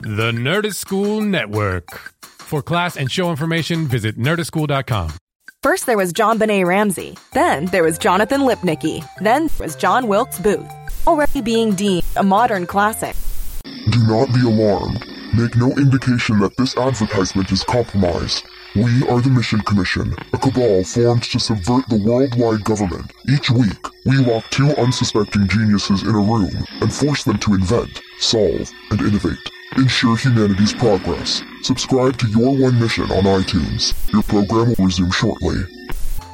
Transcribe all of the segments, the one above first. The Nerdist School Network. For class and show information, visit nerdistschool.com. First, there was John Benet Ramsey. Then, there was Jonathan Lipnicki. Then, there was John Wilkes Booth, already being deemed a modern classic. Do not be alarmed. Make no indication that this advertisement is compromised. We are the Mission Commission, a cabal formed to subvert the worldwide government. Each week, we lock two unsuspecting geniuses in a room and force them to invent, solve, and innovate. Ensure humanity's progress. Subscribe to Your One Mission on iTunes. Your program will resume shortly.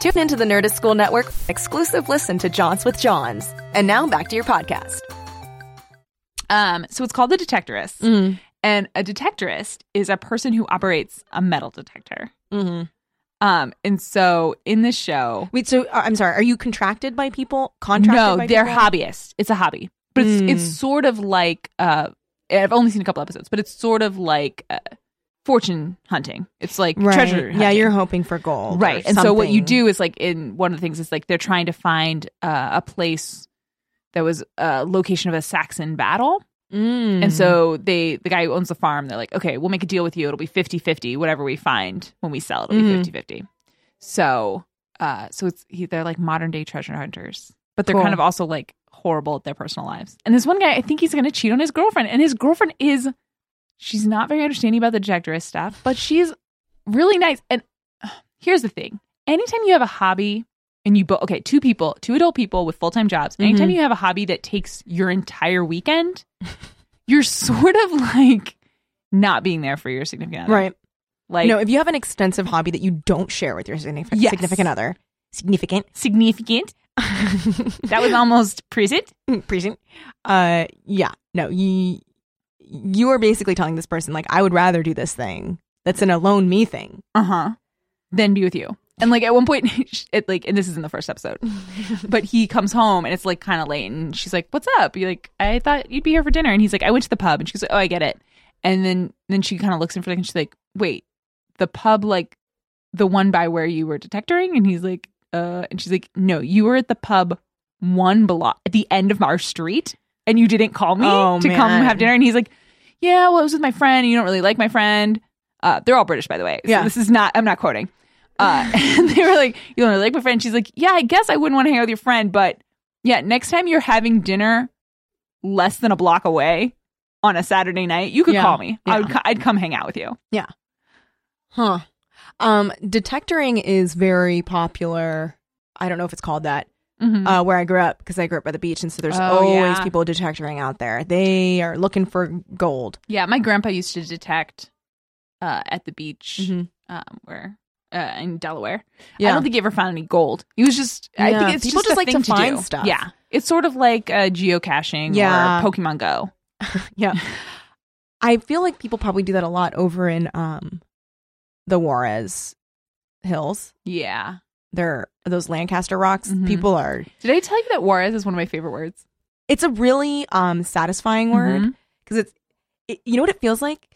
Tune into the Nerdist School Network, exclusive listen to Johns with Johns. And now back to your podcast. Um, so it's called the detectorist. Mm-hmm. And a detectorist is a person who operates a metal detector. Mm-hmm. Um, and so in this show, Wait, so uh, I'm sorry. Are you contracted by people? Contracted? no, by they're people? hobbyists. It's a hobby, but it's it's Mm. sort of like uh, I've only seen a couple episodes, but it's sort of like uh, fortune hunting. It's like Right. treasure. Yeah, hunting. you're hoping for gold, or right. And so what you something. do is like in one of the things is like they're trying to find uh, a place that was a location of a Saxon battle. Mm. And so they the guy who owns the farm, they're like, okay, we'll make a deal with you. It'll be 50-50. Whatever we find when we sell, it'll Mhm. be 50-50. So uh so it's he, they're like modern day treasure hunters. But they're Cool. kind of also like horrible at their personal lives. And this one guy, I think he's gonna cheat on his girlfriend. And his girlfriend is she's not very understanding about the detectorist stuff, but she's really nice. And uh, here's the thing. Anytime you have a hobby and you both okay, two people, two adult people with full time jobs, anytime Mhm. you have a hobby that takes your entire weekend, you're sort of like not being there for your significant other. right. Like no, if you have an extensive hobby that you don't share with your significant Yes. significant other, significant, significant. That was almost present. present, Mm, uh, yeah, no, you you are basically telling this person like I would rather do this thing that's an alone me thing. uh-huh then be with you and like at one point it like and this is in the first episode but he comes home and it's like kind of late and she's like what's up you're like i thought you'd be here for dinner and he's like i went to the pub and she's like oh i get it and then then she kind of looks in for like and she's like wait the pub like the one by where you were detectoring and he's like uh and she's like no you were at the pub one block at the end of our street and you didn't call me Oh, to come man. have dinner and he's like yeah well it was with my friend and you don't really like my friend uh, they're all British, by the way. So Yeah. This is not, I'm not quoting. Uh, and they were like, you don't really like my friend. She's like, yeah, I guess I wouldn't want to hang out with your friend, but yeah, next time you're having dinner less than a block away on a Saturday night, you could Yeah. call me. I Yeah. would, co- I'd come hang out with you. Huh. Um, detectoring is very popular. I don't know if it's called that Mhm. uh, where I grew up because I grew up by the beach, and so there's Oh, always yeah. people detectoring out there. They are looking for gold. yeah. My grandpa used to detect, uh, at the beach, Mhm. um, where, uh, in Delaware. I Yeah. don't think he ever found any gold. He was just, I Yeah, think it's people just, just a like to thing find do. stuff. Yeah. It's sort of like uh, geocaching Yeah. or Pokemon Go. yeah, I feel like people probably do that a lot over in um, the Juarez Hills. Yeah. They're those Lancaster rocks. Mhm. People are. Did I tell you that Juarez is one of my favorite words? It's a really um satisfying word Mhm. because it's. It, you know what it feels like.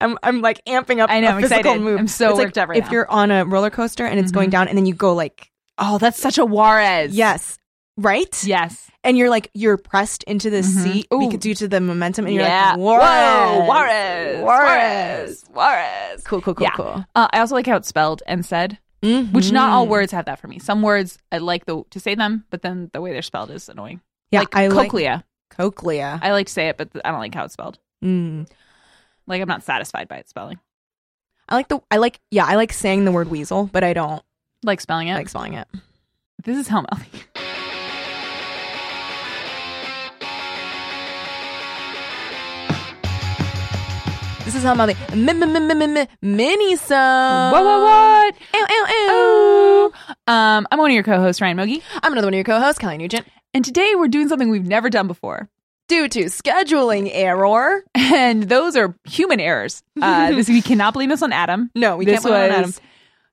I'm I'm like amping up. I know, A I'm physical excited. Move. I'm so It's like worked up right if now. you're on a roller coaster and it's going Mhm. down, and then you go like Oh, that's such a Juarez. yes, right, Yes. and you're like you're pressed into this Mhm. seat Ooh. because due to the momentum, and you're yeah. like Juarez, Whoa, Juarez. Juarez. Juarez. cool, cool, cool, Yeah. cool. Uh, I also like how it's spelled and said, which not all Mhm. words have that for me. Some words I like the to say them, but then the way they're spelled is annoying. Yeah, like I like cochlea. cochlea. I like to say it, but I don't like how it's spelled. Mm. Like I'm not satisfied by its spelling. I like the I like yeah I like saying the word weasel, but I don't Like spelling it. like spelling it. This is Hell Melody. This is how my mini sub. What, what, what? Ow, ow, ow. Oh. Um, I'm one of your co-hosts, Ryan Mogi. I'm another one of your co-hosts, Kelly Nugent. And today we're doing something we've never done before. Due to scheduling error, and those are human errors. Uh, this we cannot blame this on Adam. no, we this can't put it on Adam. was-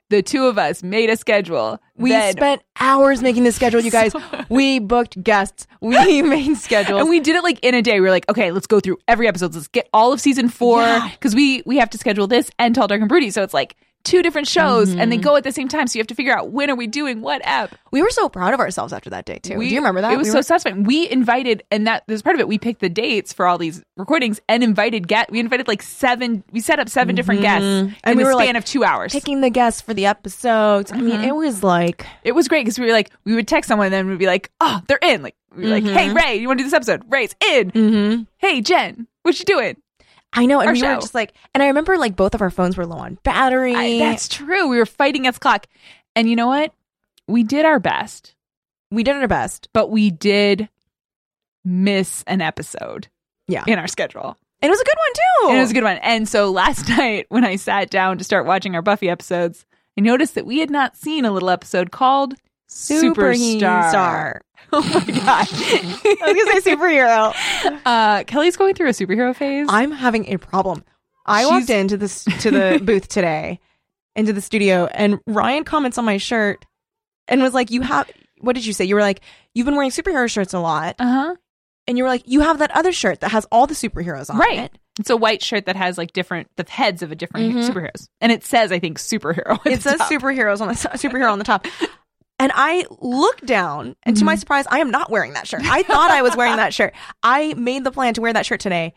The two of us made a schedule. We Then- spent hours making the schedule, you guys. we booked guests. We made schedules. and we did it like in a day. We were like, okay, let's go through every episode. Let's get all of season four Yeah. because we we have to schedule this and Tall Dark and Broody. So it's like two different shows and they Mm-hmm. go at the same time. So you have to figure out when are we doing what app. We were so proud of ourselves after that day too. Do you remember that? It was We so were- satisfying. We invited, and that there's part of it. We picked the dates for all these recordings and invited guests. We invited like seven. We set up 7 different guests in Mm-hmm. And we the were, span like, of two hours. picking the guests for the episodes. I Mm-hmm. mean, it was like it was great because we were like, we would text someone, and then we'd be like, oh, they're in. Like we were like, hey Ray, you want to do this episode? Ray's in. Hey Jen, what you doing? I know, and Mm-hmm. Our we show. were just like, and I remember like both of our phones were low on battery. I- that's true. We were fighting against clock, and you know what? We did our best, we did our best, but we did miss an episode. Yeah. in our schedule. and it was a good one too. And it was a good one. And so last night, when I sat down to start watching our Buffy episodes, I noticed that we had not seen a little episode called Superstar. Star. Oh my god! I was gonna say superhero. uh, Kelly's going through a superhero phase. I'm having a problem. I She's- walked into this to the booth today, into the studio, and Ryan comments on my shirt and was like, "You have what did you say? You were like, you've been wearing superhero shirts a lot, uh huh. and you were like, you have that other shirt that has all the superheroes on Right. it. It's a white shirt that has like different the heads of a different Mm-hmm. superheroes, and it says, I think, superhero. at It the says top. superheroes on the superhero on the top." And I look down, and Mm-hmm. to my surprise, I am not wearing that shirt. I thought I was wearing that shirt. I made the plan to wear that shirt today.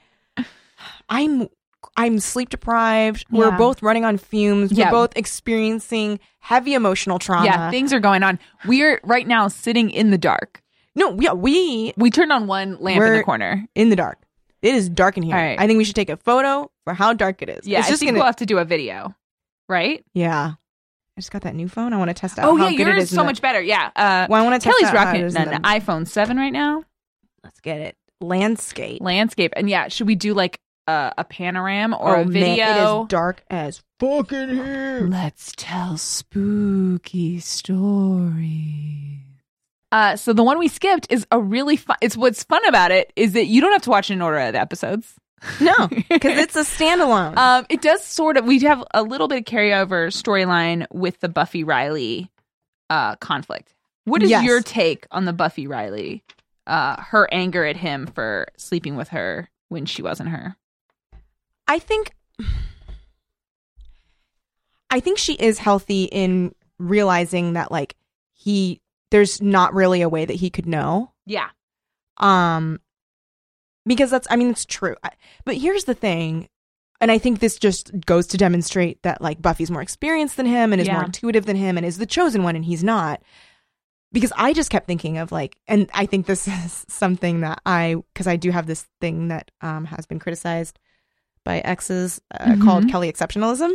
I'm I'm sleep deprived. We're Yeah. both running on fumes. Yeah. We're both experiencing heavy emotional trauma. Yeah, things are going on. We're right now sitting in the dark. no, yeah, we We turned on one lamp in the We're- corner. in the dark. It is dark in here. All right. I think we should take a photo for how dark it is. Yeah, it's I just think gonna. we'll have to do a video, right? yeah, I just got that new phone. I want to test out. Oh how yeah, good it yours is is in so the- much better. Yeah. Uh, Well, I want to test Kelly's out how it rocking is an in the- iPhone seven right now. Let's get it. Landscape Landscape and yeah, should we do like a, a panorama or oh, a video? Man, it is dark as fucking here. Let's tell spooky stories. Uh, so the one we skipped is a really fun. It's what's fun about it is that you don't have to watch it in order of the episodes. No, because it's a standalone. Um, it does sort of. We have a little bit of carryover storyline with the Buffy Riley uh, conflict. What is Yes. your take on the Buffy Riley, uh, her anger at him for sleeping with her when she wasn't her? I think I think she is healthy in realizing that like he there's not really a way that he could know. Yeah, Um because that's I mean it's true. I, but here's the thing and I think this just goes to demonstrate that like Buffy's more experienced than him and is Yeah. more intuitive than him and is the chosen one and he's not. Because I just kept thinking of like and I think this is something that I cuz I do have this thing that um has been criticized by exes uh, Mm-hmm. called Kelly exceptionalism.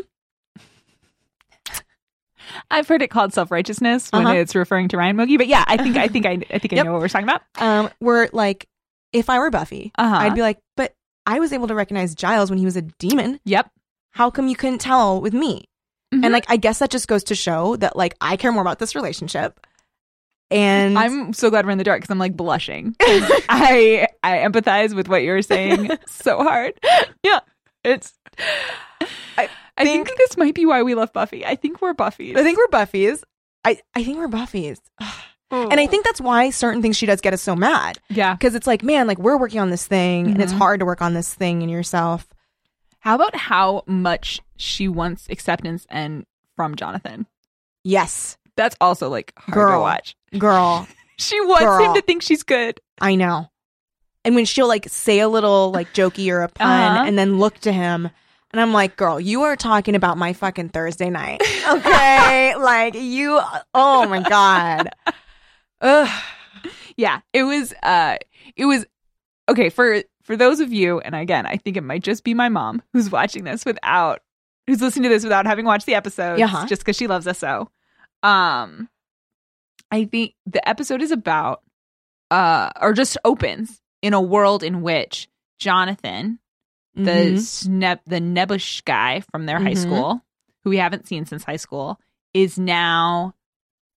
I've heard it called self righteousness when Uh-huh. it's referring to Ryan Mogi. But yeah, I think I think I I think I Yep. know what we're talking about. Um where like if I were Buffy, Uh-huh. I'd be like, "But I was able to recognize Giles when he was a demon." Yep. how come you couldn't tell with me? Mhm. And like, I guess that just goes to show that like I care more about this relationship. And I'm so glad we're in the dark because I'm like blushing. 'Cause I I empathize with what you're saying so hard. Yeah, it's. I, I think, think- this might be why we love Buffy. I think we're Buffy. I think we're Buffy's. I, I think we're Buffy's. And I think that's why certain things she does get us so mad. yeah. Because it's like, man, like we're working on this thing and it's Mhm. hard to work on this thing in yourself. How about how much she wants acceptance and from Jonathan? Yes, That's also like hard to Girl. watch. girl. She wants him Girl. to think she's good. I know. And when she'll like say a little like jokey or a pun Uh-huh. and then look to him and I'm like, girl, you are talking about my fucking Thursday night. Okay. like you oh my God. Ugh. Yeah, it was. Uh, it was okay for for those of you. And again, I think it might just be my mom who's watching this without, who's listening to this without having watched the episodes, Yeah. just because she loves us so. Um, I think the episode is about, uh, or just opens in a world in which Jonathan, the Mhm. sneb the Nebush guy from their high Mhm. school, who we haven't seen since high school, is now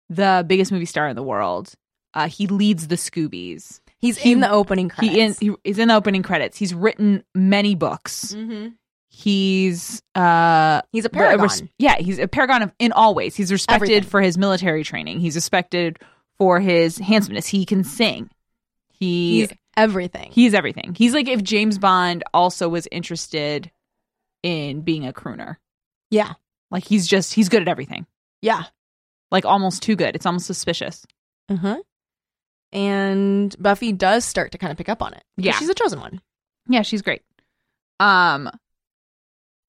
the biggest movie star in the world. Uh, he leads the Scoobies. he's he- in the opening credits. He is he is in the opening credits. He's written many books. Mhm. He's uh He's a the- a paragon. res- yeah, he's a paragon of in all ways. He's respected Everything. for his military training. He's respected for his handsomeness. He can sing. He he's everything. He's everything. He's like if James Bond also was interested in being a crooner. yeah. Like he's just he's good at everything. Yeah. Like almost too good. It's almost suspicious. Uh huh. And Buffy does start to kind of pick up on it. 'Cause Yeah. She's a chosen one. Yeah, she's great. Um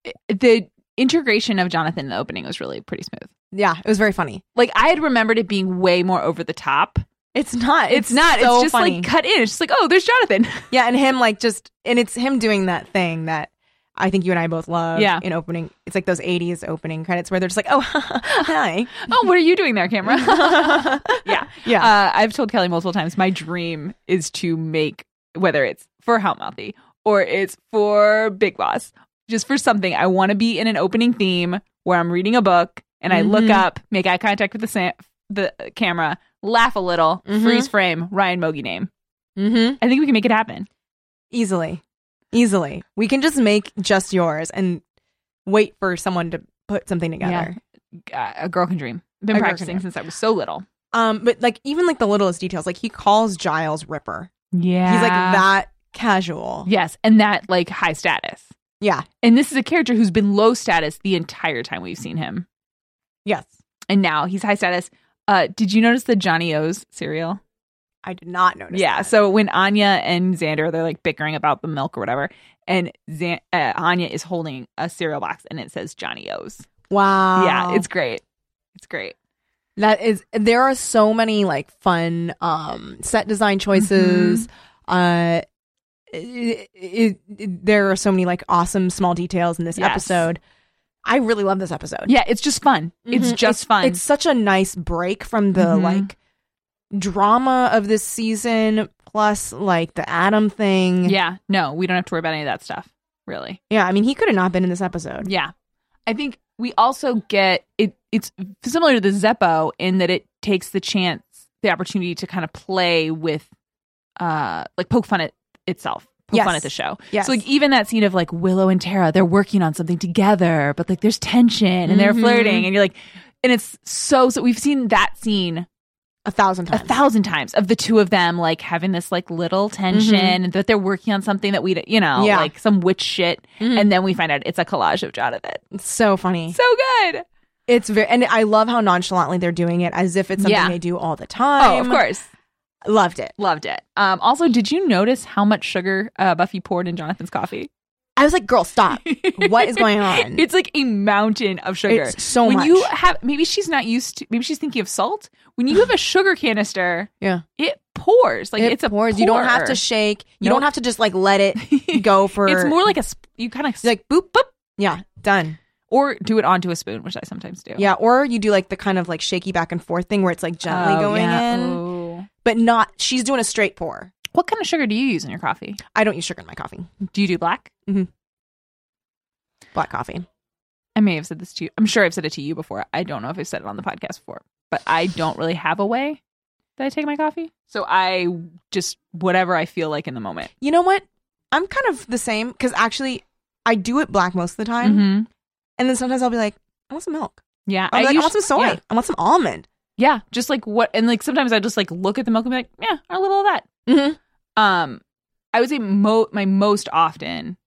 i- the integration of Jonathan in the opening was really pretty smooth. Yeah. It was very funny. Like I had remembered it being way more over the top. It's not. It's, not. so it's just funny. like cut in. It's just like, oh, there's Jonathan. Yeah, and him like just and it's him doing that thing that I think you and I both love. Yeah. In opening, it's like those '80s opening credits where they're just like, "Oh, hi." oh, what are you doing there, camera? yeah. Yeah. Uh, I've told Kelly multiple times my dream is to make whether it's for Hotmouthy or it's for Big Boss, just for something. I want to be in an opening theme where I'm reading a book and I look Mhm. up, make eye contact with the sa- the camera, laugh a little, Mhm. freeze frame, Ryan Mogi name. mm-hmm. I think we can make it happen. Easily, easily, we can just make just yours and wait for someone to put something together. Uh, a girl can dream. Been A girl can practicing dream. since I was so little. Um, but like even like the littlest details, like he calls Giles Ripper. Yeah. He's like that casual. Yes, and that like high status. Yeah. And this is a character who's been low status the entire time we've seen him. Yes. And now he's high status. Uh, did you notice the Johnny O's cereal? I did not notice. yeah. that. So when Anya and Xander they're like bickering about the milk or whatever, and Xan- uh, Anya is holding a cereal box and it says Johnny O's. wow. Yeah, it's great. It's great. That is there are so many like fun um set design choices. Mm-hmm. Uh it, it, it- there are so many like awesome small details in this Yes. episode. I really love this episode. Yeah, it's just fun. It's Mhm. just fun. It's such a nice break from the Mhm. like drama of this season plus like the Adam thing. yeah. No, we don't have to worry about any of that stuff. Really. Yeah, I mean he could have not been in this episode. Yeah. I think we also get it it's similar to the Zeppo in that it takes the chance the opportunity to kind of play with uh like poke fun at itself. Poke Yes. fun at the show. Yes. So like even that scene of like Willow and Tara, they're working on something together, but like there's tension and they're Mhm. flirting and you're like and it's so so we've seen that scene A thousand a times. thousand times of the two of them like having this like little tension and that they're working on something that we d- you know Mm-hmm. Yeah. like some witch shit Mhm. and then we find out it's a collage of Jonathan It's so funny. so good. It's very and I love how nonchalantly they're doing it as if it's something Yeah. they do all the time. oh, of course. Loved it. Loved it. Um, also, did you notice how much sugar uh, Buffy poured in Jonathan's coffee? I was like, girl, stop. what is going on? It's like a mountain of sugar. It's so when much. you have maybe she's not used to maybe she's thinking of salt. When you have a sugar canister, Yeah. it pours. Like It it's a pours. You don't have pour. to shake. You Nope. don't have to just like let it go for. It's more like a sp- you kind of You're like boop boop. Yeah, done. or do it onto a spoon, which I sometimes do. Yeah, or you do like the kind of like shaky back and forth thing where it's like gently Oh, going yeah. in, Ooh. but not. She's doing a straight pour. What kind of sugar do you use in your coffee? I don't use sugar in my coffee. Do you do black? Black coffee. I may have said this to you. I'm sure I've said it to you before. I don't know if I've said it on the podcast before, but I don't really have a way that I take my coffee. So I just whatever I feel like in the moment. You know what? I'm kind of the same because actually, I do it black most of the time, Mhm. and then sometimes I'll be like, I want some milk. Yeah, I'll be like, I want usu- some soy. Yeah, I want some almond. yeah, just like what, and like sometimes I just like look at the milk and be like, yeah, a little of that. Mhm. Um, I would say mo- my most often,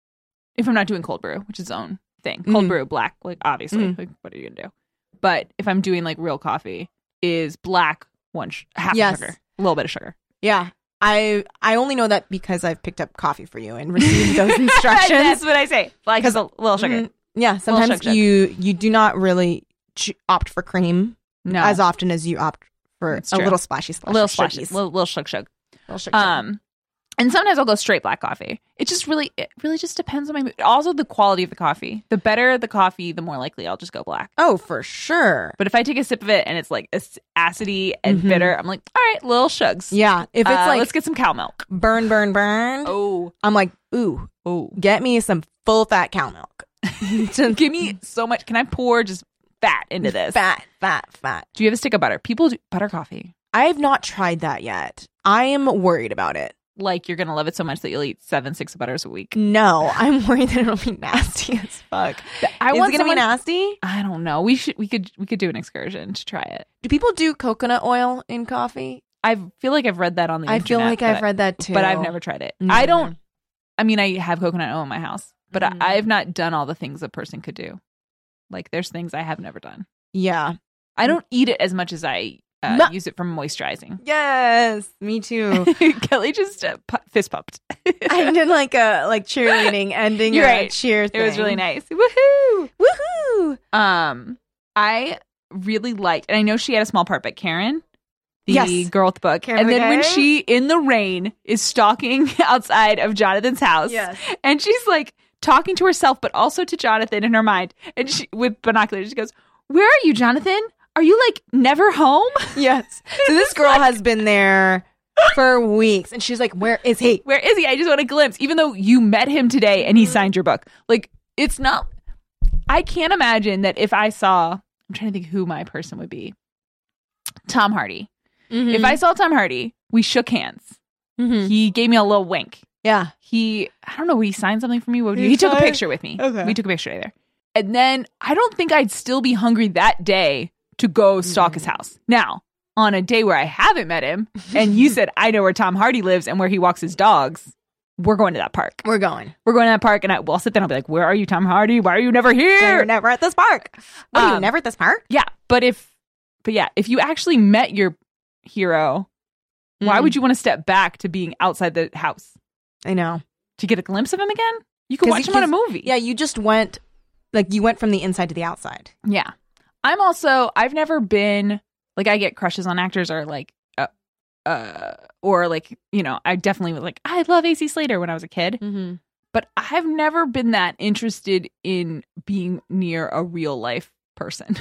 if I'm not doing cold brew, which is its own thing, cold Mhm. brew black, like obviously, Mhm. like what are you gonna do? But if I'm doing like real coffee, is black one sh- half Yes. sugar, a little bit of sugar. Yeah. I I only know that because I've picked up coffee for you and received those instructions. That's what I say. Like a little sugar. Mm, yeah, sometimes shake, shake. you you do not really ch- opt for cream no, as often as you opt for That's a true. little splashy splash. a little of splash, sugies. little, little shug shug. Little shake, shake. Um, and sometimes I'll go straight black coffee. It just really, it really just depends on my mood. Also, the quality of the coffee. The better the coffee, the more likely I'll just go black. oh, for sure. But if I take a sip of it and it's like ac- acidy and Mhm. bitter, I'm like, all right, little shugs. Yeah, if it's Uh, like let's get some cow milk. burn, burn, burn, Oh, I'm like, ooh, oh, get me some full fat cow milk. give me so much. Can I pour just fat into this? Fat, fat, fat. Do you have a stick of butter? People do butter coffee. I have not tried that yet. I am worried about it. Like you're gonna love it so much that you'll eat seven, six butters a week. No, I'm worried that it'll be nasty as fuck. I Is it want gonna be someone- nasty? I don't know. We should we could we could do an excursion to try it. Do people do coconut oil in coffee? I feel like I've read that on the I feel internet, like but I've I- read that too. Mm. but I've never tried it. No. I don't I mean I have coconut oil in my house, but Mhm. I, I've not done all the things a person could do. Like there's things I have never done. Yeah. I don't eat it as much as I uh, Mm. Ma- use it for moisturizing. Yes, me too. Kelly just uh, pu- fist pumped. I did like a like cheerleading ending. You're a right. Cheer. It was thing. really nice. Woohoo! Woohoo! Um, I really liked, and I know she had a small part, but Karen, the Yes. girl with the book, Karen and then when Begay? she in the rain is stalking outside of Jonathan's house, Yes. and she's like talking to herself, but also to Jonathan in her mind, and she with binoculars, she goes, "Where are you, Jonathan? Are you like never home? Yes. So this girl has been there for weeks, and she's like, "Where is he?" Where is he? I just want a glimpse." Even though you met him today and he Mm-hmm. signed your book, like it's not. I can't imagine that if I saw, I'm trying to think who my person would be. Tom Hardy. If I saw Tom Hardy, we shook hands. Mm. He gave me a little wink. yeah, He, I don't know, would he sign something for me? What would he, He he took a signed- picture with me. Okay. We took a picture together. And then I don't think I'd still be hungry that day to go stalk his house. Now, on a day where I haven't met him, and you said I know where Tom Hardy lives and where he walks his dogs, we're going to that park. we're going. We're going to that park, and I, well, I'll sit there and I'll be like, "Where are you, Tom Hardy? Why are you never here?" We're never at this park. What are you Um, never at this park? Yeah, but if but yeah, if you actually met your hero, why Mhm. would you want to step back to being outside the house Mm-hmm. I know. to get a glimpse of him again? You can 'Cause watch he- him on a 'cause- movie. Yeah, you just went like you went from the inside to the outside. yeah. I'm also I've never been like I get crushes on actors or like uh, uh or like you know I definitely was like I love AC Slater when I was a kid, Mm-hmm. but I've never been that interested in being near a real life person,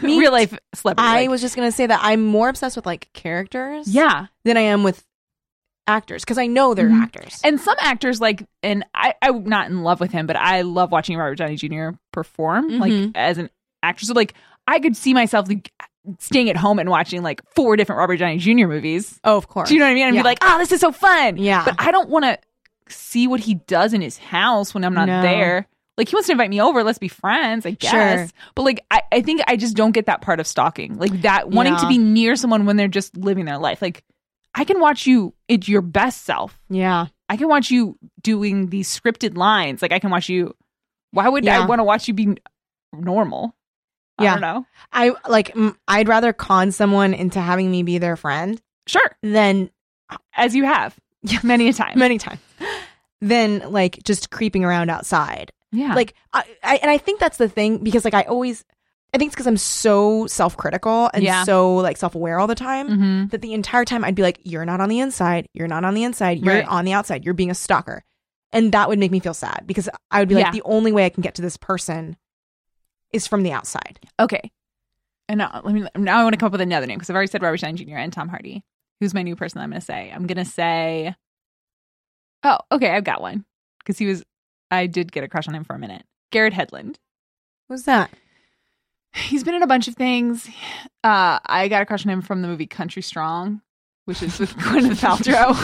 Me real life celebrity. I like- was just gonna say that I'm more obsessed with like characters, yeah. than I am with actors because I know they're Mhm. actors. And some actors like, and I, I'm not in love with him, but I love watching Robert Downey Jr. perform, like Mhm. as an actor. So like, I could see myself like staying at home and watching like four different Robert Downey Jr. movies. oh, of course. Do you know what I mean? And Yeah. be like, oh, this is so fun. Yeah. But I don't want to see what he does in his house when I'm not No. there. Like he wants to invite me over, let's be friends, I guess. Sure. But like I, I think I just don't get that part of stalking. Like that wanting to Yeah. be near someone when they're just living their life. Like I can watch you at your best self yeah. I can watch you doing these scripted lines. Like I can watch you. Why would I Yeah. want to watch you be n- normal? I Yeah. don't know. I like. m- I'd rather con someone into having me be their friend Sure, than as you have many a time. many times than like just creeping around outside. yeah, Like, I, I and I think that's the thing because like I always, I think it's because I'm so self critical and Yeah. so like self aware all the time. Mhm. That the entire time I'd be like, "You're not on the inside. You're not on the inside. You're Right. on the outside. You're being a stalker," and that would make me feel sad because I would be like, Yeah. "The only way I can get to this person is from the outside." okay. And now let me. Now I want to come up with another name because I've already said Robert Stein Jr. and Tom Hardy. Who's my new person? That I'm going to say. I'm going to say. Oh, okay. I've got one because he was. I did get a crush on him for a minute. Garrett Headland. What's that? He's been in a bunch of things. Uh, I got a crush on him from the movie Country Strong, which is with Gwyneth Paltrow,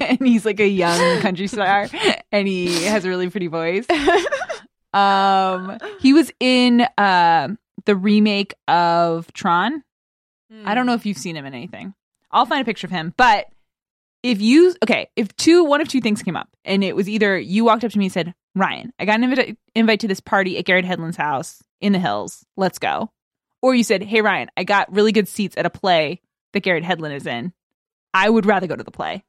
and he's like a young country star, and he has a really pretty voice. Um, he was in uh, the remake of Tron. I don't know if you've seen him in anything. I'll find a picture of him, but if you okay, if two one of two things came up, and it was either you walked up to me and said, "Ryan, I got an invita- invite to this party at Garrett Headland's house in the hills. Let's go," or you said, "Hey, Ryan, I got really good seats at a play that Garrett Headland is in. I would rather go to the play."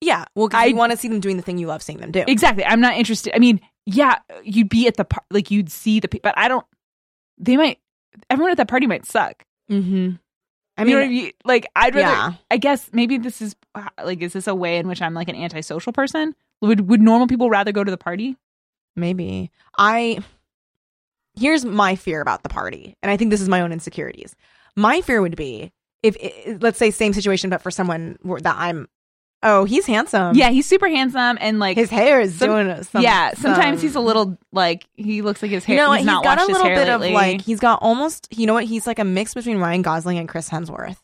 Yeah, well, 'cause I- you want to see them doing the thing you love seeing them do. Exactly. I'm not interested. I mean, yeah, you'd be at the par- like you'd see the pe- but I don't. They might. Everyone at that party might suck. Mm-hmm. I I mean, mean, you know what I mean? like I'd rather. yeah, I guess maybe this is like, is this a way in which I'm like an antisocial person? Would would normal people rather go to the party? maybe. I here's my fear about the party, and I think this is my own insecurities. My fear would be if, i let's say, same situation, but for someone where- that I'm, oh, he's handsome. yeah, he's super handsome and like, his hair is some- doing. Some, yeah. Sometimes some- he's a little like he looks like his hair. You know, what? he's not got a washed his little hair bit of lately. like he's got almost. You know what? He's like a mix between Ryan Gosling and Chris Hemsworth.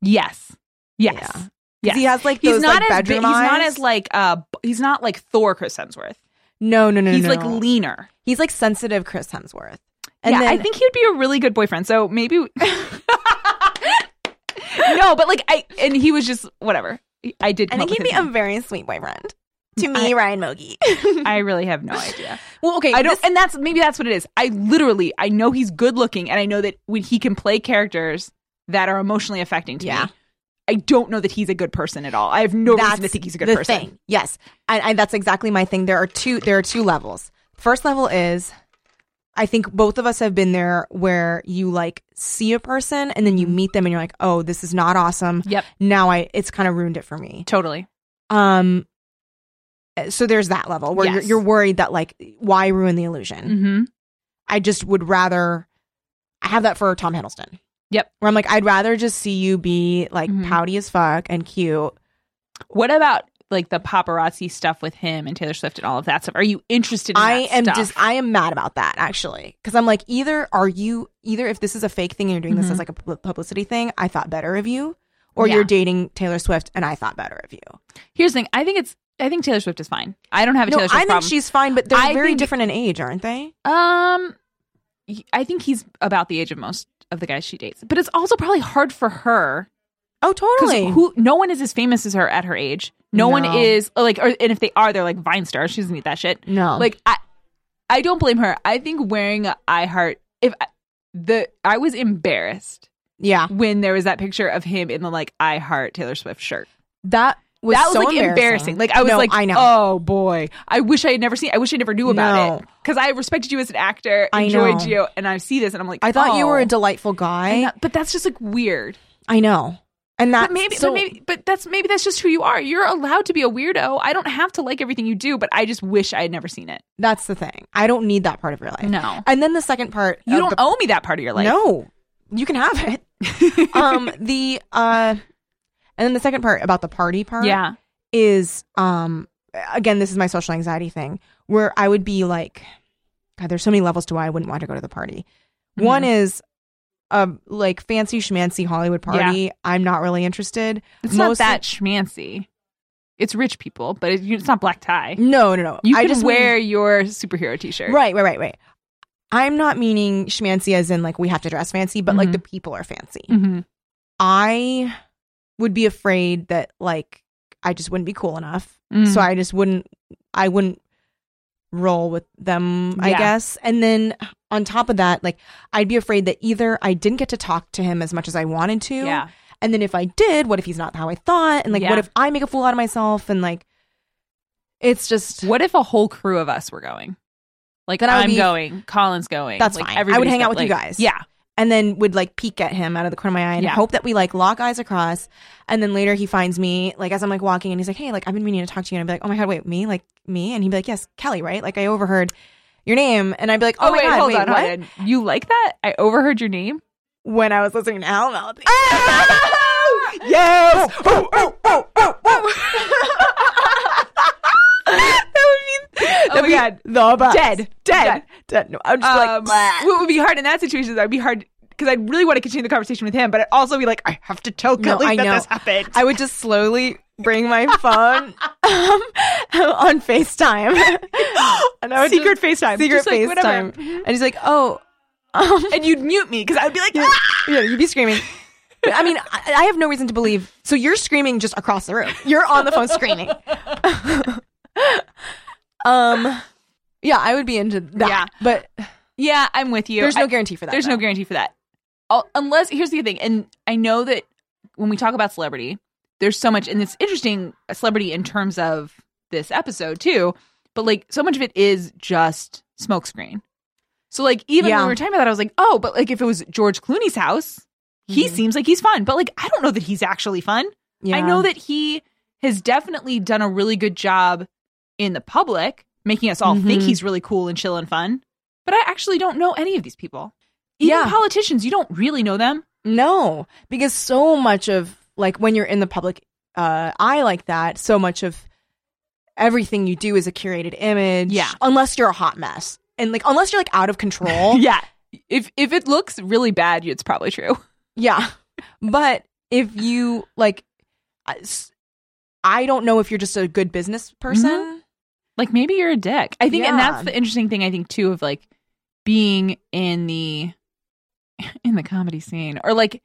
yes, yes, Yeah. yes. He has like he's those, not like, as big- bedroom he's not eyes. as like uh b- he's not like Thor Chris Hemsworth. No, no, no, he's no. like leaner. he's like sensitive Chris Hemsworth. yeah, I think he'd be a really good boyfriend. So maybe. no, but like I and he was just whatever. I did. I come think up with he'd be his name. a very sweet boyfriend. to me, Ryan Mogi. I really have no idea. well, okay. I don't, this- and that's maybe that's what it is. I literally, I know he's good looking, and I know that when he can play characters that are emotionally affecting to Yeah. me, I don't know that he's a good person at all. I have no reason to think he's a good the person. Thing. Yes, and, and that's exactly my thing. There are two. There are two levels. First level is, I think both of us have been there where you like see a person and then you meet them and you're like, oh, this is not awesome. Yep. Now I, it's kind of ruined it for me. Totally. Um. So there's that level where Yes. you're, you're worried that like, why ruin the illusion? Mm-hmm. I just would rather. I have that for Tom Hiddleston. Yep. Where I'm like, I'd rather just see you be like Mhm. pouty as fuck and cute. What about like the paparazzi stuff with him and Taylor Swift and all of that stuff? Are you interested? in I that am stuff? just I am mad about that actually because I'm like either are you either if this is a fake thing and you're doing this Mhm. as like a pub- publicity thing I thought better of you or Yeah. you're dating Taylor Swift and I thought better of you. Here's the thing. I think it's. I think Taylor Swift is fine. I don't have a No, I Taylor Swift think problem. she's fine, but they're I very think- different in age, aren't they? Um, y- I think he's about the age of most of the guys she dates, but it's also probably hard for her Oh, because totally. who? No one is as famous as her at her age. No, one No. is oh, like, or and if they are, they're like Vine stars. She doesn't need that shit. no, Like I, I don't blame her. I think wearing a I heart if I, the I was embarrassed yeah, when there was that picture of him in the like I heart Taylor Swift shirt. that was that was so like embarrassing. Like I was No, like, I know. oh boy, I wish I had never seen. I wish I never knew about No. it because I respected you as an actor, I enjoyed know. you, and I see this, and I'm like, I thought you oh. were a delightful guy. And that- but that's just like weird. I know, and that But maybe, so, but maybe, but that's maybe that's just who you are. You're allowed to be a weirdo. I don't have to like everything you do, but I just wish I had never seen it. that's the thing. I don't need that part of your life. No. and then the second part You of don't the owe me that part of your life. No, you can have it. um, the uh, and then the second part about the party part, Yeah. is um, again, this is my social anxiety thing where I would be like, God, there's so many levels to why I wouldn't want to go to the party. Mm-hmm. One is a like fancy schmancy Hollywood party. I'm not really interested. Mm-hmm. It's Mostly- not that schmancy. It's rich people, but it, it's not black tie. No, no, no. You I can just wear your superhero t-shirt. Right, right, right, right. I'm not meaning schmancy as in like we have to dress fancy, but like Mhm. the people are fancy. Mhm. I would be afraid that like I just wouldn't be cool enough. Mm. So I just wouldn't I wouldn't roll with them, I Yeah. guess. And then on top of that, like I'd be afraid that either I didn't get to talk to him as much as I wanted to. Yeah. And then if I did, what if he's not how I thought? And like Yeah. what if I make a fool out of myself and like it's just What if a whole crew of us were going? Like Then I would I'm be- going, Colin's going. That's like, fine. I would everybody's hang out going, with you like- guys. Yeah. and then would like peek at him out of the corner of my eye and Yeah. hope that we like lock eyes across. And then later he finds me, like as I'm like walking, and he's like, "Hey, like I've been meaning to talk to you." And I'd be like, "Oh my god, wait, me? Like me?" And he'd be like, "Yes, Kelly, right? Like I overheard your name." And I'd be like, "Oh, Oh, my wait, god, hold wait, on, what?" hold on. You like that? I overheard your name. When I was listening to Al Melody. yes. that would be. Oh my god. the best. Dead. Dead. dead, dead. No, I'm just Um, like, what would be hard in that situation is I'd be hard because I really want to continue the conversation with him, but I'd also be like, I have to tell no, Kelly I that know. this happened. I would just slowly bring my phone um, on Facetime. and I would just- Secret FaceTime. secret Just, like, FaceTime. whatever. and he's like, oh, um, and you'd mute me because I'd be like, yeah, "Ah!" yeah, you'd be screaming. But, I mean, I, I have no reason to believe. So you're screaming just across the room. You're on the phone screaming. um, yeah, I would be into that. Yeah. but yeah, I'm with you. there's I- no guarantee for that. There's though. no guarantee for that. i unless here's the thing, and I know that when we talk about celebrity, there's so much, and it's interesting uh, celebrity in terms of this episode too. But like, so much of it is just smokescreen. So like, even when Yeah. we were talking about that, I was like, oh, but like if it was George Clooney's house, he Mhm. seems like he's fun, but like I don't know that he's actually fun. Yeah. I know that he has definitely done a really good job in the public, making us all think Mhm. he's really cool and chill and fun. But I actually don't know any of these people. Even Yeah. politicians, you don't really know them. No, because so much of like when you're in the public uh, eye like that, so much of everything you do is a curated image. Yeah. unless you're a hot mess and like unless you're like out of control. Yeah. If if it looks really bad, it's probably true. Yeah. But if you like, I s- I don't know if you're just a good business person. Mm-hmm. Like maybe you're a dick. I think and Yeah. that's the interesting thing I think too of like being in the in the comedy scene or like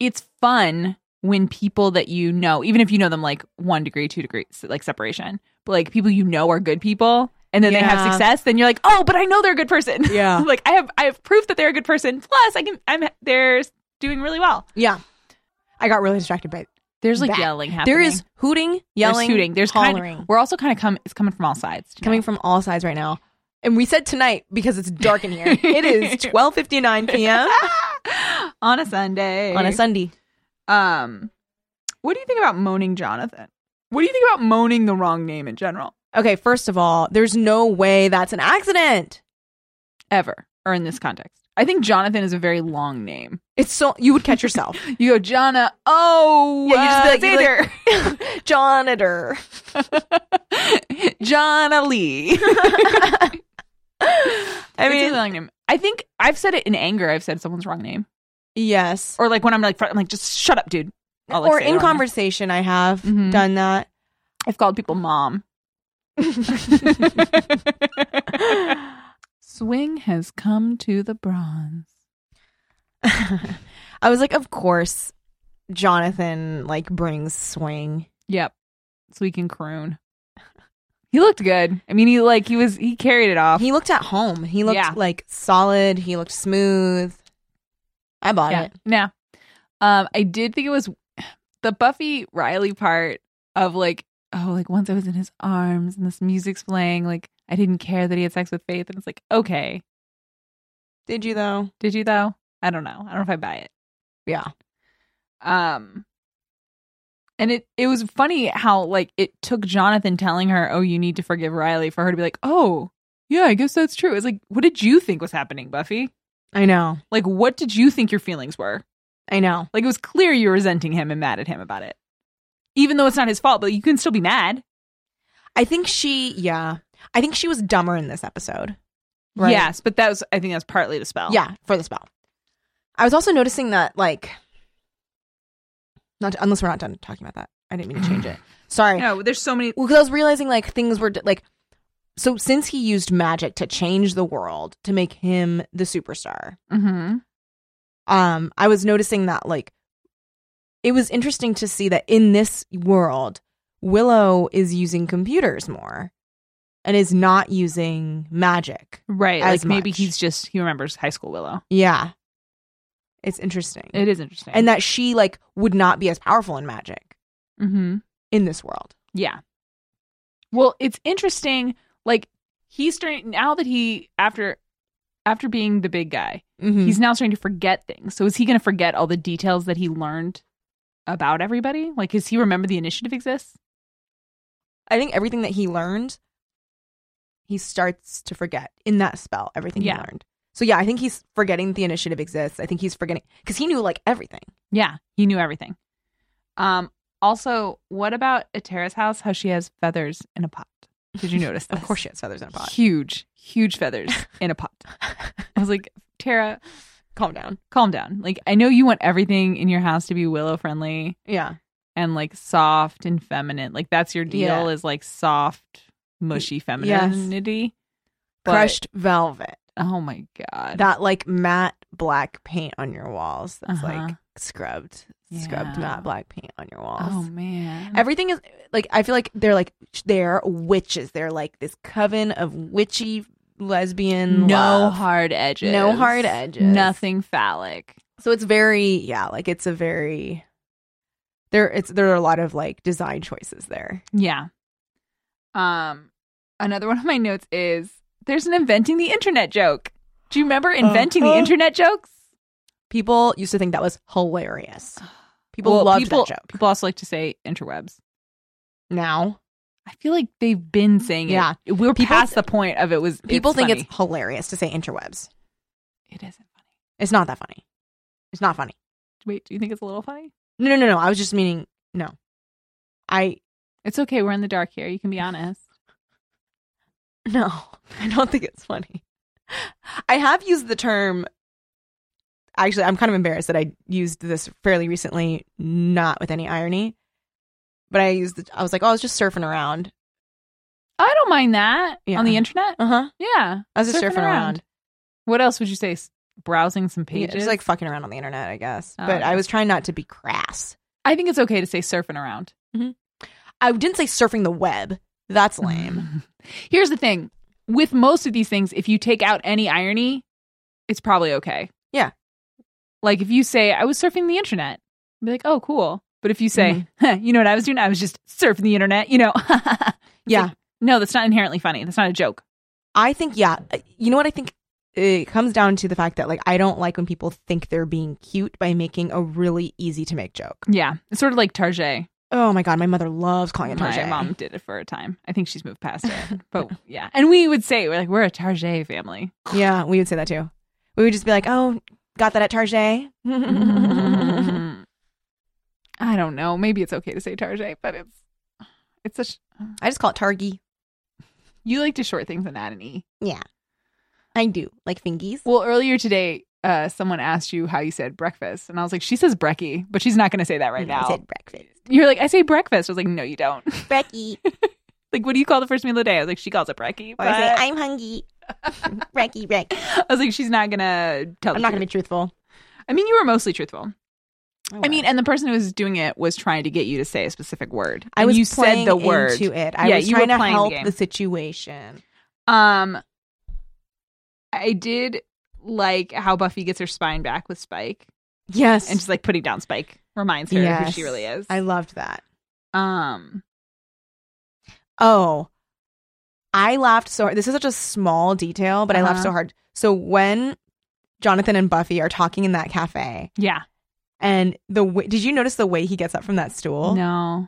it's fun when people that you know, even if you know them like 1 degree, 2 degrees like separation, like people you know are good people and then they have Yeah. success, then you're like, oh, but I know they're a good person. Yeah. like I have I have proof that they're a good person. Plus, I can I'm they're doing really well. Yeah. I got really distracted by There's like That- yelling happening. There is hooting, yelling, There's shooting. There's kind hollering. we're also kind of come. It's coming from all sides. tonight. coming from all sides right now. And we said tonight because it's dark in here. it is 12:59 p.m. on a Sunday. on a Sunday. Um, what do you think about moaning Jonathan? What do you think about moaning the wrong name in general? Okay, first of all, there's no way that's an accident. Ever or in this context? I think Jonathan is a very long name. It's so you would catch yourself. You go Jonna. Oh, Yeah, you'd just be like- uh, Jonitor. Xander. Jonna Lee. I it's mean, a long name. I think I've said it in anger. I've said someone's wrong name, yes. or like when I'm like, fr- I'm like, just shut up, dude. I'll, like, or Mm-hmm. say the in wrong name. conversation I have Mhm. done that. I've called people mom. Swing has come to the bronze. I was like, of course, Jonathan like brings swing. Yep. So we can croon. He looked good. I mean, he like he was he carried it off. He looked at home. He looked Yeah. like solid. He looked smooth. I bought yeah. it. Yeah. Um, I did think it was the Buffy Riley part of like, oh, like once I was in his arms and this music's playing, like I didn't care that he had sex with Faith, and it's like, okay, Did you though? did you though? I don't know. I don't know if I buy it. Yeah. Um and it it was funny how like it took Jonathan telling her, "Oh, you need to forgive Riley," for her to be like, "Oh, yeah, I guess that's true." It's like, what did you think was happening, Buffy? I know. Like, what did you think your feelings were? I know. Like, it was clear you were resenting him and mad at him about it, even though it's not his fault. But you can still be mad. I think she, yeah. I think she was dumber in this episode. Right. Yes, but that was I think that's partly the spell. Yeah, for the spell. I was also noticing that, like, not unless we're not done talking about that. I didn't mean to change it. Sorry. No, there's so many. Well, because I was realizing like things were like, so since he used magic to change the world to make him the superstar, Mm-hmm. um, I was noticing that like, it was interesting to see that in this world, Willow is using computers more, and is not using magic. Right. As like maybe much. he's just he remembers high school Willow. Yeah, it's interesting, It is interesting. and that she like would not be as powerful in magic mm-hmm. in this world. Yeah. Well, it's interesting. Like he's starting now that he after after being the big guy, Mm-hmm. he's now starting to forget things. So is he going to forget all the details that he learned about everybody? Like, does he remember the initiative exists? I think everything that he learned, he starts to forget in that spell, everything Yeah. he learned. So yeah, I think he's forgetting the initiative exists. I think he's forgetting because he knew like everything. Yeah, he knew everything. Um. Also, what about Atera's house? How she has feathers in a pot? Did you notice? Of this? course, she has feathers in a pot. Huge, huge feathers in a pot. I was like, Tara, Calm down. calm down. Like, I know you want everything in your house to be willow friendly. Yeah, and like soft and feminine. Like that's your deal Yeah. is like soft, mushy femininity. But- crushed velvet. Oh my god. That like matte black paint on your walls. That's Uh-huh. like scrubbed, scrubbed Yeah. matte black paint on your walls. oh man. Everything is like I feel like they're like they're witches. They're like this coven of witchy lesbian. no love. hard edges. No hard edges. Nothing phallic. So it's very yeah, like it's a very there it's there are a lot of like design choices there. Yeah. Um another one of my notes is there's an inventing the internet joke. Do you remember inventing the Uh-huh. internet jokes? People used to think that was hilarious. People Well, loved people, that joke. People also like to say interwebs. now I feel like they've been saying Yeah. it. We're People- past the point of it was people think funny. it's hilarious to say interwebs. it isn't funny. It's not that funny. It's not funny. Wait, do you think it's a little funny? No, no, no, no. I was just meaning no. I It's okay. We're in the dark here. You can be honest. no. I don't think it's funny. I have used the term actually I'm kind of embarrassed that I used this fairly recently not with any irony. But I used the, I was like, "Oh, I was just surfing around." I don't mind that Yeah. on the internet. Uh-huh. Yeah, I was just surfing, around. What else would you say? S- Browsing some Yeah, pages. Just like fucking around on the internet, I guess. Oh, but okay. I was trying not to be crass. I think it's okay to say surfing around. I didn't say surfing the web. That's lame. Here's the thing with most of these things, if you take out any irony, it's probably okay. Yeah. Like if you say, I was surfing the internet, I'd be like, oh, cool. But if you say, Mm-hmm. "Huh, you know what I was doing? I was just surfing the internet, you know. It's Yeah. like, no, that's not inherently funny. That's not a joke. I think, yeah, uh, you know what I think? It comes down to the fact that, like, I don't like when people think they're being cute by making a really easy to make joke. Yeah. It's sort of like Tarjay. Oh my God, my mother loves calling it My Target. mom did it for a time. I think she's moved past it. But yeah. And we would say, we're like, we're a Tarjay family. Yeah, we would say that too. We would just be like, oh, got that at Target. I I don't know. Maybe it's okay to say Tarjay, but it's it's such just call it Targy. you like to short things and add an e. Yeah. I do. Like fingies. Well, earlier today, uh, someone asked you how you said breakfast, and I was like, she says brekkie, but she's not going to say that right now. I said breakfast. You're like, I say breakfast. I was like, no, you don't. Brecky. like, what do you call the first meal of the day? I was like, she calls it brekkie. Or Oh, I say, but- I'm hungry. Brecky, breck. I was like, she's not going to tell. I'm not going to be truthful. I mean, you were mostly truthful. I was. mean, and the person who was doing it was trying to get you to say a specific word. I And was you playing said the word. into it. I Yeah, was you trying were to playing the help game. the situation. Um, I did like how Buffy gets her spine back with Spike, Yes. and just like putting down Spike reminds her who she really is. I loved that. um. Oh, I laughed so hard. This is such a small detail, but I laughed Uh-huh. so hard. So when Jonathan and Buffy are talking in that cafe, Yeah. and the way, did you notice the way he gets up from that stool? No.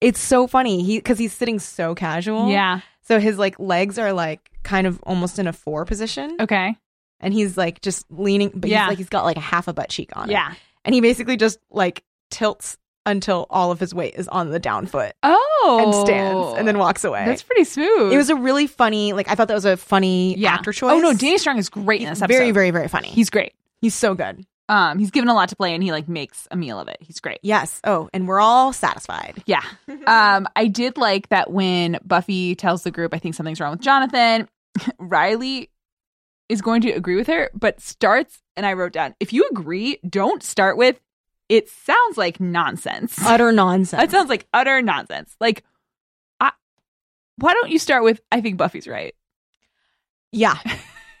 It's so funny. He because he's sitting so casual. Yeah. So his like legs are like kind of almost in a four position, Okay. and he's like just leaning, but Oh. Yeah. he's like he's got like a half a butt cheek on. it. Yeah. and he basically just like tilts until all of his weight is on the down foot Oh. and stands, and then walks away. That's pretty smooth. It was a really funny. Like I thought that was a funny actor choice. Oh no, Danny Strong is great in this episode. very, very, very funny. He's He's great. he's so good. Um, he's given a lot to play, and he like makes a meal of it. He's great. Yes. Oh, and we're all satisfied. Yeah. Um, I did like that when Buffy tells the group, I think something's wrong with Jonathan, Riley is going to agree with her, but starts, and I wrote down, if you agree, don't start with, it sounds like nonsense. Utter nonsense. That sounds like utter nonsense. Like, I, why don't you start with, I think Buffy's right? yeah.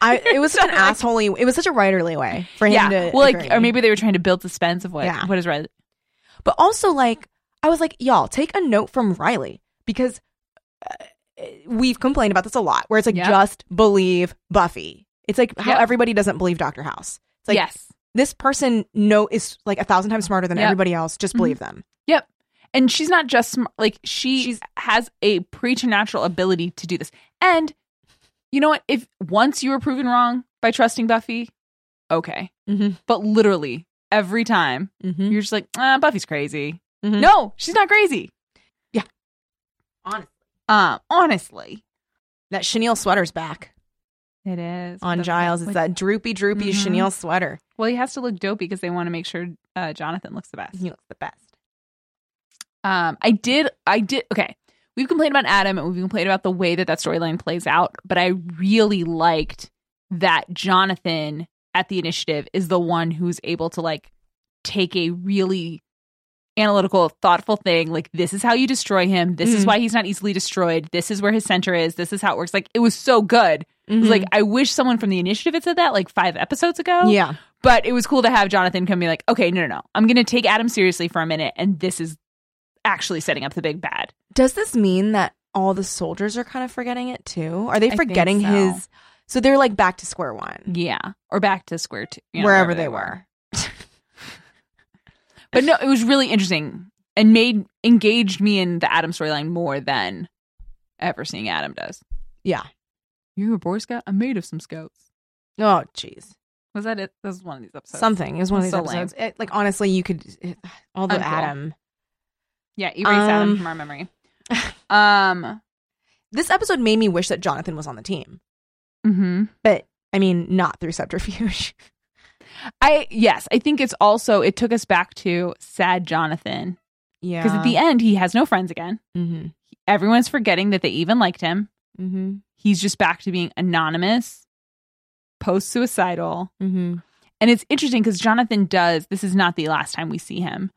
I, it was such an Sorry. assholey. It was such a writerly way for him yeah. to. well, like, agree. or maybe they were trying to build suspense of what, Yeah. what is right. But also, like, I was like, y'all, take a note from Riley because uh, we've complained about this a lot. Where it's like, Yeah. just believe Buffy. It's like how Yep. everybody doesn't believe Doctor House. It's like yes. this person no is like a thousand times smarter than Yep. everybody else. Just Mhm. believe them. Yep. And she's not just smart, like she She's- has a preternatural ability to do this. And you know what? If once you were proven wrong by trusting Buffy, okay. Mhm. But literally every time Mm-hmm. you're just like, ah, Buffy's crazy. Mhm. No, she's not crazy. Yeah. Honestly. Uh, honestly, That chenille sweater's back it is on The- Giles. It's with- that droopy, droopy Mhm. chenille sweater. Well, he has to look dopey because they want to make sure uh, Jonathan looks the best. He looks the best. Um, I did, I did. Okay, we've complained about Adam and we've complained about the way that that storyline plays out, but I really liked that Jonathan at the initiative is the one who's able to like take a really analytical, thoughtful thing. Like, this is how you destroy him. This is Mhm. why he's not easily destroyed. This is where his center is. This is how it works. Like, it was so good. It was Mhm. like I wish someone from the initiative had said that like five episodes ago. yeah, But it was cool to have Jonathan come be like, okay, no, no, no. I'm going to take Adam seriously for a minute. And this is actually setting up the big bad. Does this mean that all the soldiers are kind of forgetting it too? Are they think forgetting so. his? So they're like back to square one, Yeah. Or back to square two, you know, wherever, they, were. But no, it was really interesting and made engaged me in the Adam storyline more than ever seeing Adam does. Yeah. You were a Boy Scout? I'm made of some scouts. Oh, jeez. Was that it? That was one of these episodes. Something. It was one of these So lame. episodes. It, like honestly, you could it, all the Uncool. Adam. Yeah, erase Adam Um, from our memory. Um. This episode made me wish that Jonathan was on the team, hmm but I mean, not through subterfuge. I yes, I think it's also it took us back to sad Jonathan yeah, because at the end he has no friends again. end, Everyone's forgetting that they even liked him. mm-hmm, mm-hmm, He's just back to being anonymous, post suicidal. mm-hmm. And it's interesting because Jonathan does, this is not the last time we see him.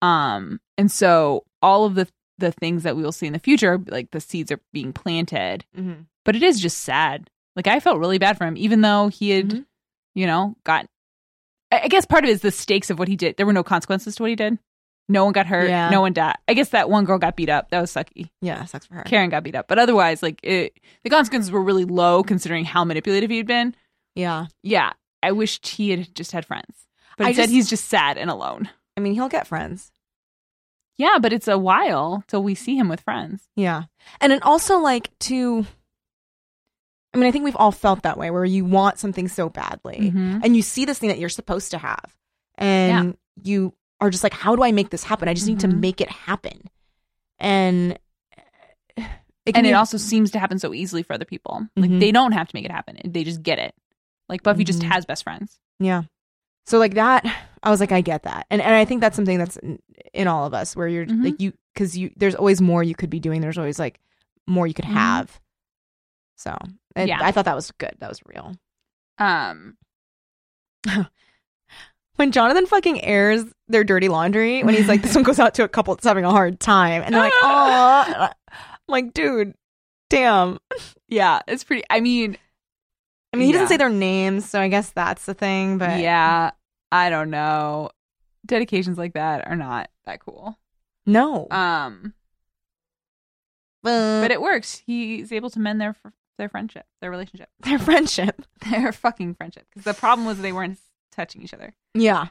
Um, and so all of the the things that we will see in the future, like the seeds are being planted. Mm-hmm. But it is just sad. Like I felt really bad for him, even though he had, Mhm. you know, got. I I guess part of it is the stakes of what he did. There were no consequences to what he did. No one got hurt. Yeah. No one died. I guess that one girl got beat up. That was sucky. Yeah, it sucks for her. Karen got beat up, but otherwise, like it, the consequences were really low considering how manipulative he'd been. yeah. Yeah, I wished he had just had friends, but I instead just- he's just sad and alone. I mean, he'll get friends. Yeah, but it's a while till we see him with friends. Yeah. And then also like to I mean, I think we've all felt that way where you want something so badly Mhm. and you see this thing that you're supposed to have and you are just like how do I make this happen? I just need to Mhm. make it happen. And it can and be- it Mm-hmm. also seems to happen so easily for other people. Like Mhm. they don't have to make it happen; they just get it. Like Buffy just Mhm. has best friends. Yeah. So like that, I was like, I get that, and and I think that's something that's in, in all of us where you're Mhm. like you because you there's always more you could be doing. There's always like more you could Mhm. have. So and Yeah. I thought that was good. That was real. Um, When Jonathan fucking airs their dirty laundry, when he's like, this one goes out to a couple that's having a hard time, and they're like, oh, like dude, damn. yeah, it's pretty. I mean, I mean, he doesn't Yeah. say their names, so I guess that's the thing. But yeah, I don't know. Dedications like that are not that cool. no. Um, but Mm-hmm. it works. He's able to mend their their friendship, their relationship, their friendship. their fucking friendship. Because the problem was they weren't touching each other. Yeah.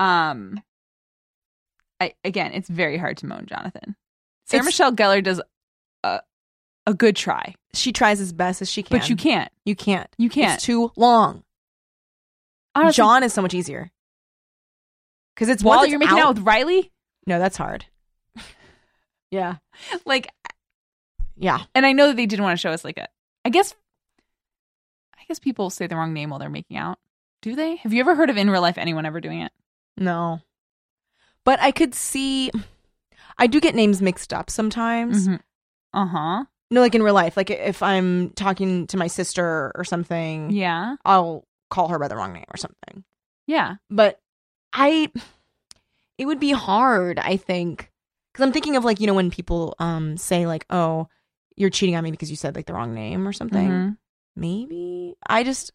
Um, I again, it's very hard to moan Jonathan. Sarah It's- Michelle Gellar does a a good try, She tries as best as she can, but you can't. You can't. You can't. It's too long. Honestly, John is so much easier. Because it's while once you're it's making out. with Riley, No, that's hard. yeah. like, Yeah. and I know that they didn't want to show us like a. I guess, I guess people say the wrong name while they're making out. Do they? Have you ever heard of in real life anyone ever doing it? No. But I could see. I do get names mixed up sometimes. Uh huh. No, like in real life. Like if I'm talking to my sister or something, Yeah. I'll call her by the wrong name or something. Yeah. but I it would be hard, I think. Cuz I'm thinking of like, you know, when people um say like, "Oh, you're cheating on me because you said like the wrong name or something." Mhm. Maybe I just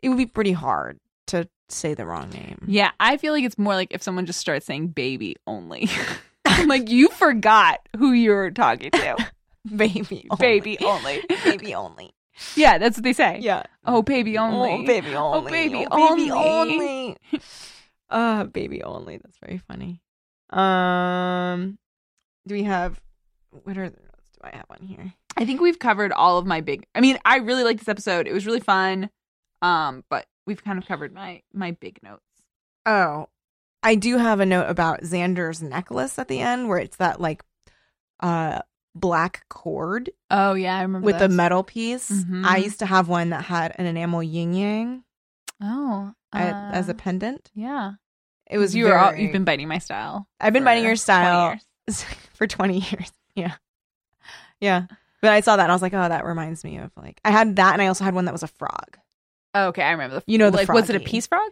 it would be pretty hard to say the wrong name. Yeah. I feel like it's more like if someone just starts saying baby only. I'm like, you forgot who you're talking to. Baby. Only. baby only. baby only. Yeah, that's what they say. Yeah. Oh, baby only. Oh, baby only. Oh, baby baby only. only. uh, baby only. That's very funny. Um, do we have what are the notes do I have on here? I think we've covered all of my big. I mean, I really liked this episode. It was really fun. Um, but we've kind of covered my my big notes. Oh, I do have a note about Xander's necklace at the end, where it's that like uh black cord Oh yeah, I remember with a metal piece. Mhm. I used to have one that had an enamel yin yang Oh, a- as a pendant. yeah. It was you were all, very- you've been biting my style. I've been for biting your 20 style years. for 20 years. Yeah. Yeah. But I saw that and I was like, oh, that reminds me of like, I had that and I also had one that was a frog. Oh, okay, I remember the. You know the like was it a froggy. peace frog?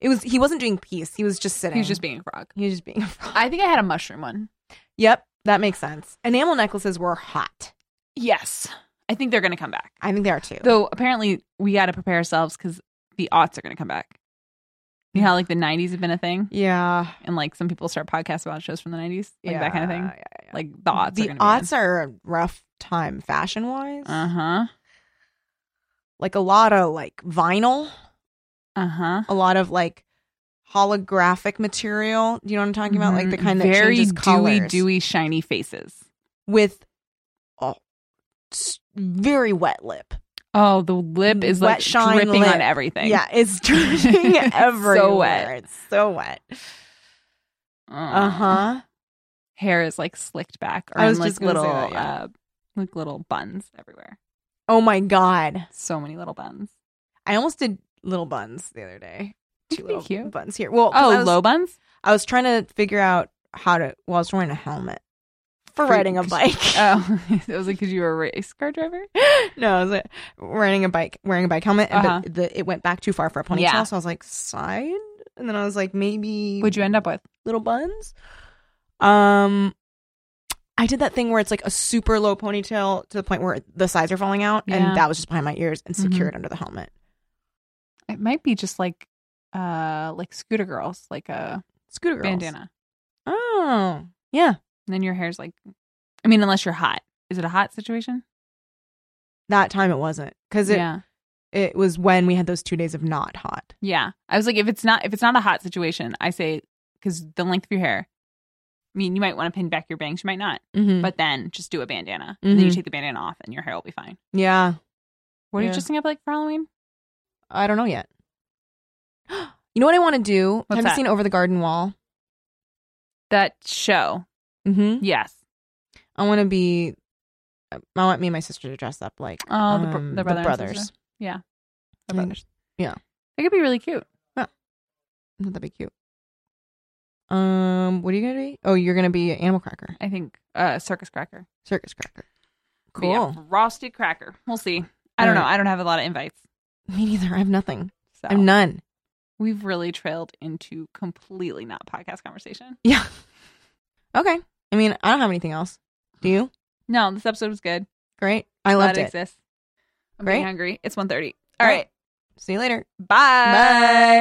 It was, he wasn't doing peace. He was just sitting. He was just being a frog. he was just being a frog. I think I had a mushroom one. yep. That makes sense. Enamel necklaces were hot. Yes, I think they're gonna come back. I think they are too. Though apparently we got to prepare ourselves because the aughts are gonna come back. You know how like the '90s have been a thing, yeah. and like some people start podcasts about shows from the '90s, like yeah, that kind of thing. yeah, yeah. Like the aughts. the are gonna aughts are a rough time fashion wise. Uh huh. Like a lot of like vinyl, Uh huh. a lot of like holographic material. You know what I'm talking about? Like the kind that Mm-hmm. very changes dewy, colors. dewy, shiny faces. with a s- very wet lip. Oh, the lip is Wet like shine dripping lip. on everything. Yeah, it's dripping It's so everywhere. wet. It's so wet. Uh huh. Hair is like slicked back, or I was in, like just gonna say little, that, yeah. uh, like little buns everywhere. Oh my god! So many little buns. I almost did little buns the other day. Two That'd be little cute. buns here. Well, 'cause Oh, I was, low buns. I was trying to figure out how to. Well, I was wearing a helmet for For- riding a bike. Oh, it was like because you were a race car driver. no, I was like, riding a bike, wearing a bike helmet, and Uh-huh. but the, it went back too far for a ponytail. Yeah. So I was like, side, and then I was like, maybe What'd you end up with? little buns. Um, I did that thing where it's like a super low ponytail to the point where the sides are falling out, Yeah. and that was just behind my ears and Mhm. secured under the helmet. It might be just like uh like scooter girls, like a Scooter girls. bandana. Oh, yeah. And then your hair's like I mean, unless you're hot. Is it a hot situation? That time it wasn't because it yeah. it was when we had those two days of not hot. Yeah. I was like, if it's not if it's not a hot situation, I say because the length of your hair. I mean, you might want to pin back your bangs, you might not. Mm-hmm. But then just do a bandana. And then you Mhm. take the bandana off and your hair will be fine. yeah, What are you Yeah. dressing up like for Halloween? I don't know yet. You know what I want to do? What's Have that? you seen Over the Garden Wall? That show. Mm-hmm. Yes. I want to be. uh, I want me and my sister to dress up like Oh, the, br- um, the brother and brothers. sister. Yeah. The I think- brothers. It could be really cute. Wouldn't that be cute? Um, what are you gonna be? Oh, you're gonna be an animal cracker, I think uh circus cracker. circus cracker. Be a Cool. frosted cracker. We'll see. I don't know. Alright. I don't have a lot of invites. Me neither. I have nothing. So I have none. we've really trailed into completely not podcast conversation. Yeah. Okay. I mean, I don't have anything else. Do you? No, this episode was good. Great. I loved Glad it. exists. I'm Great. getting hungry. It's 1.30. All right. See you later. Bye. Bye.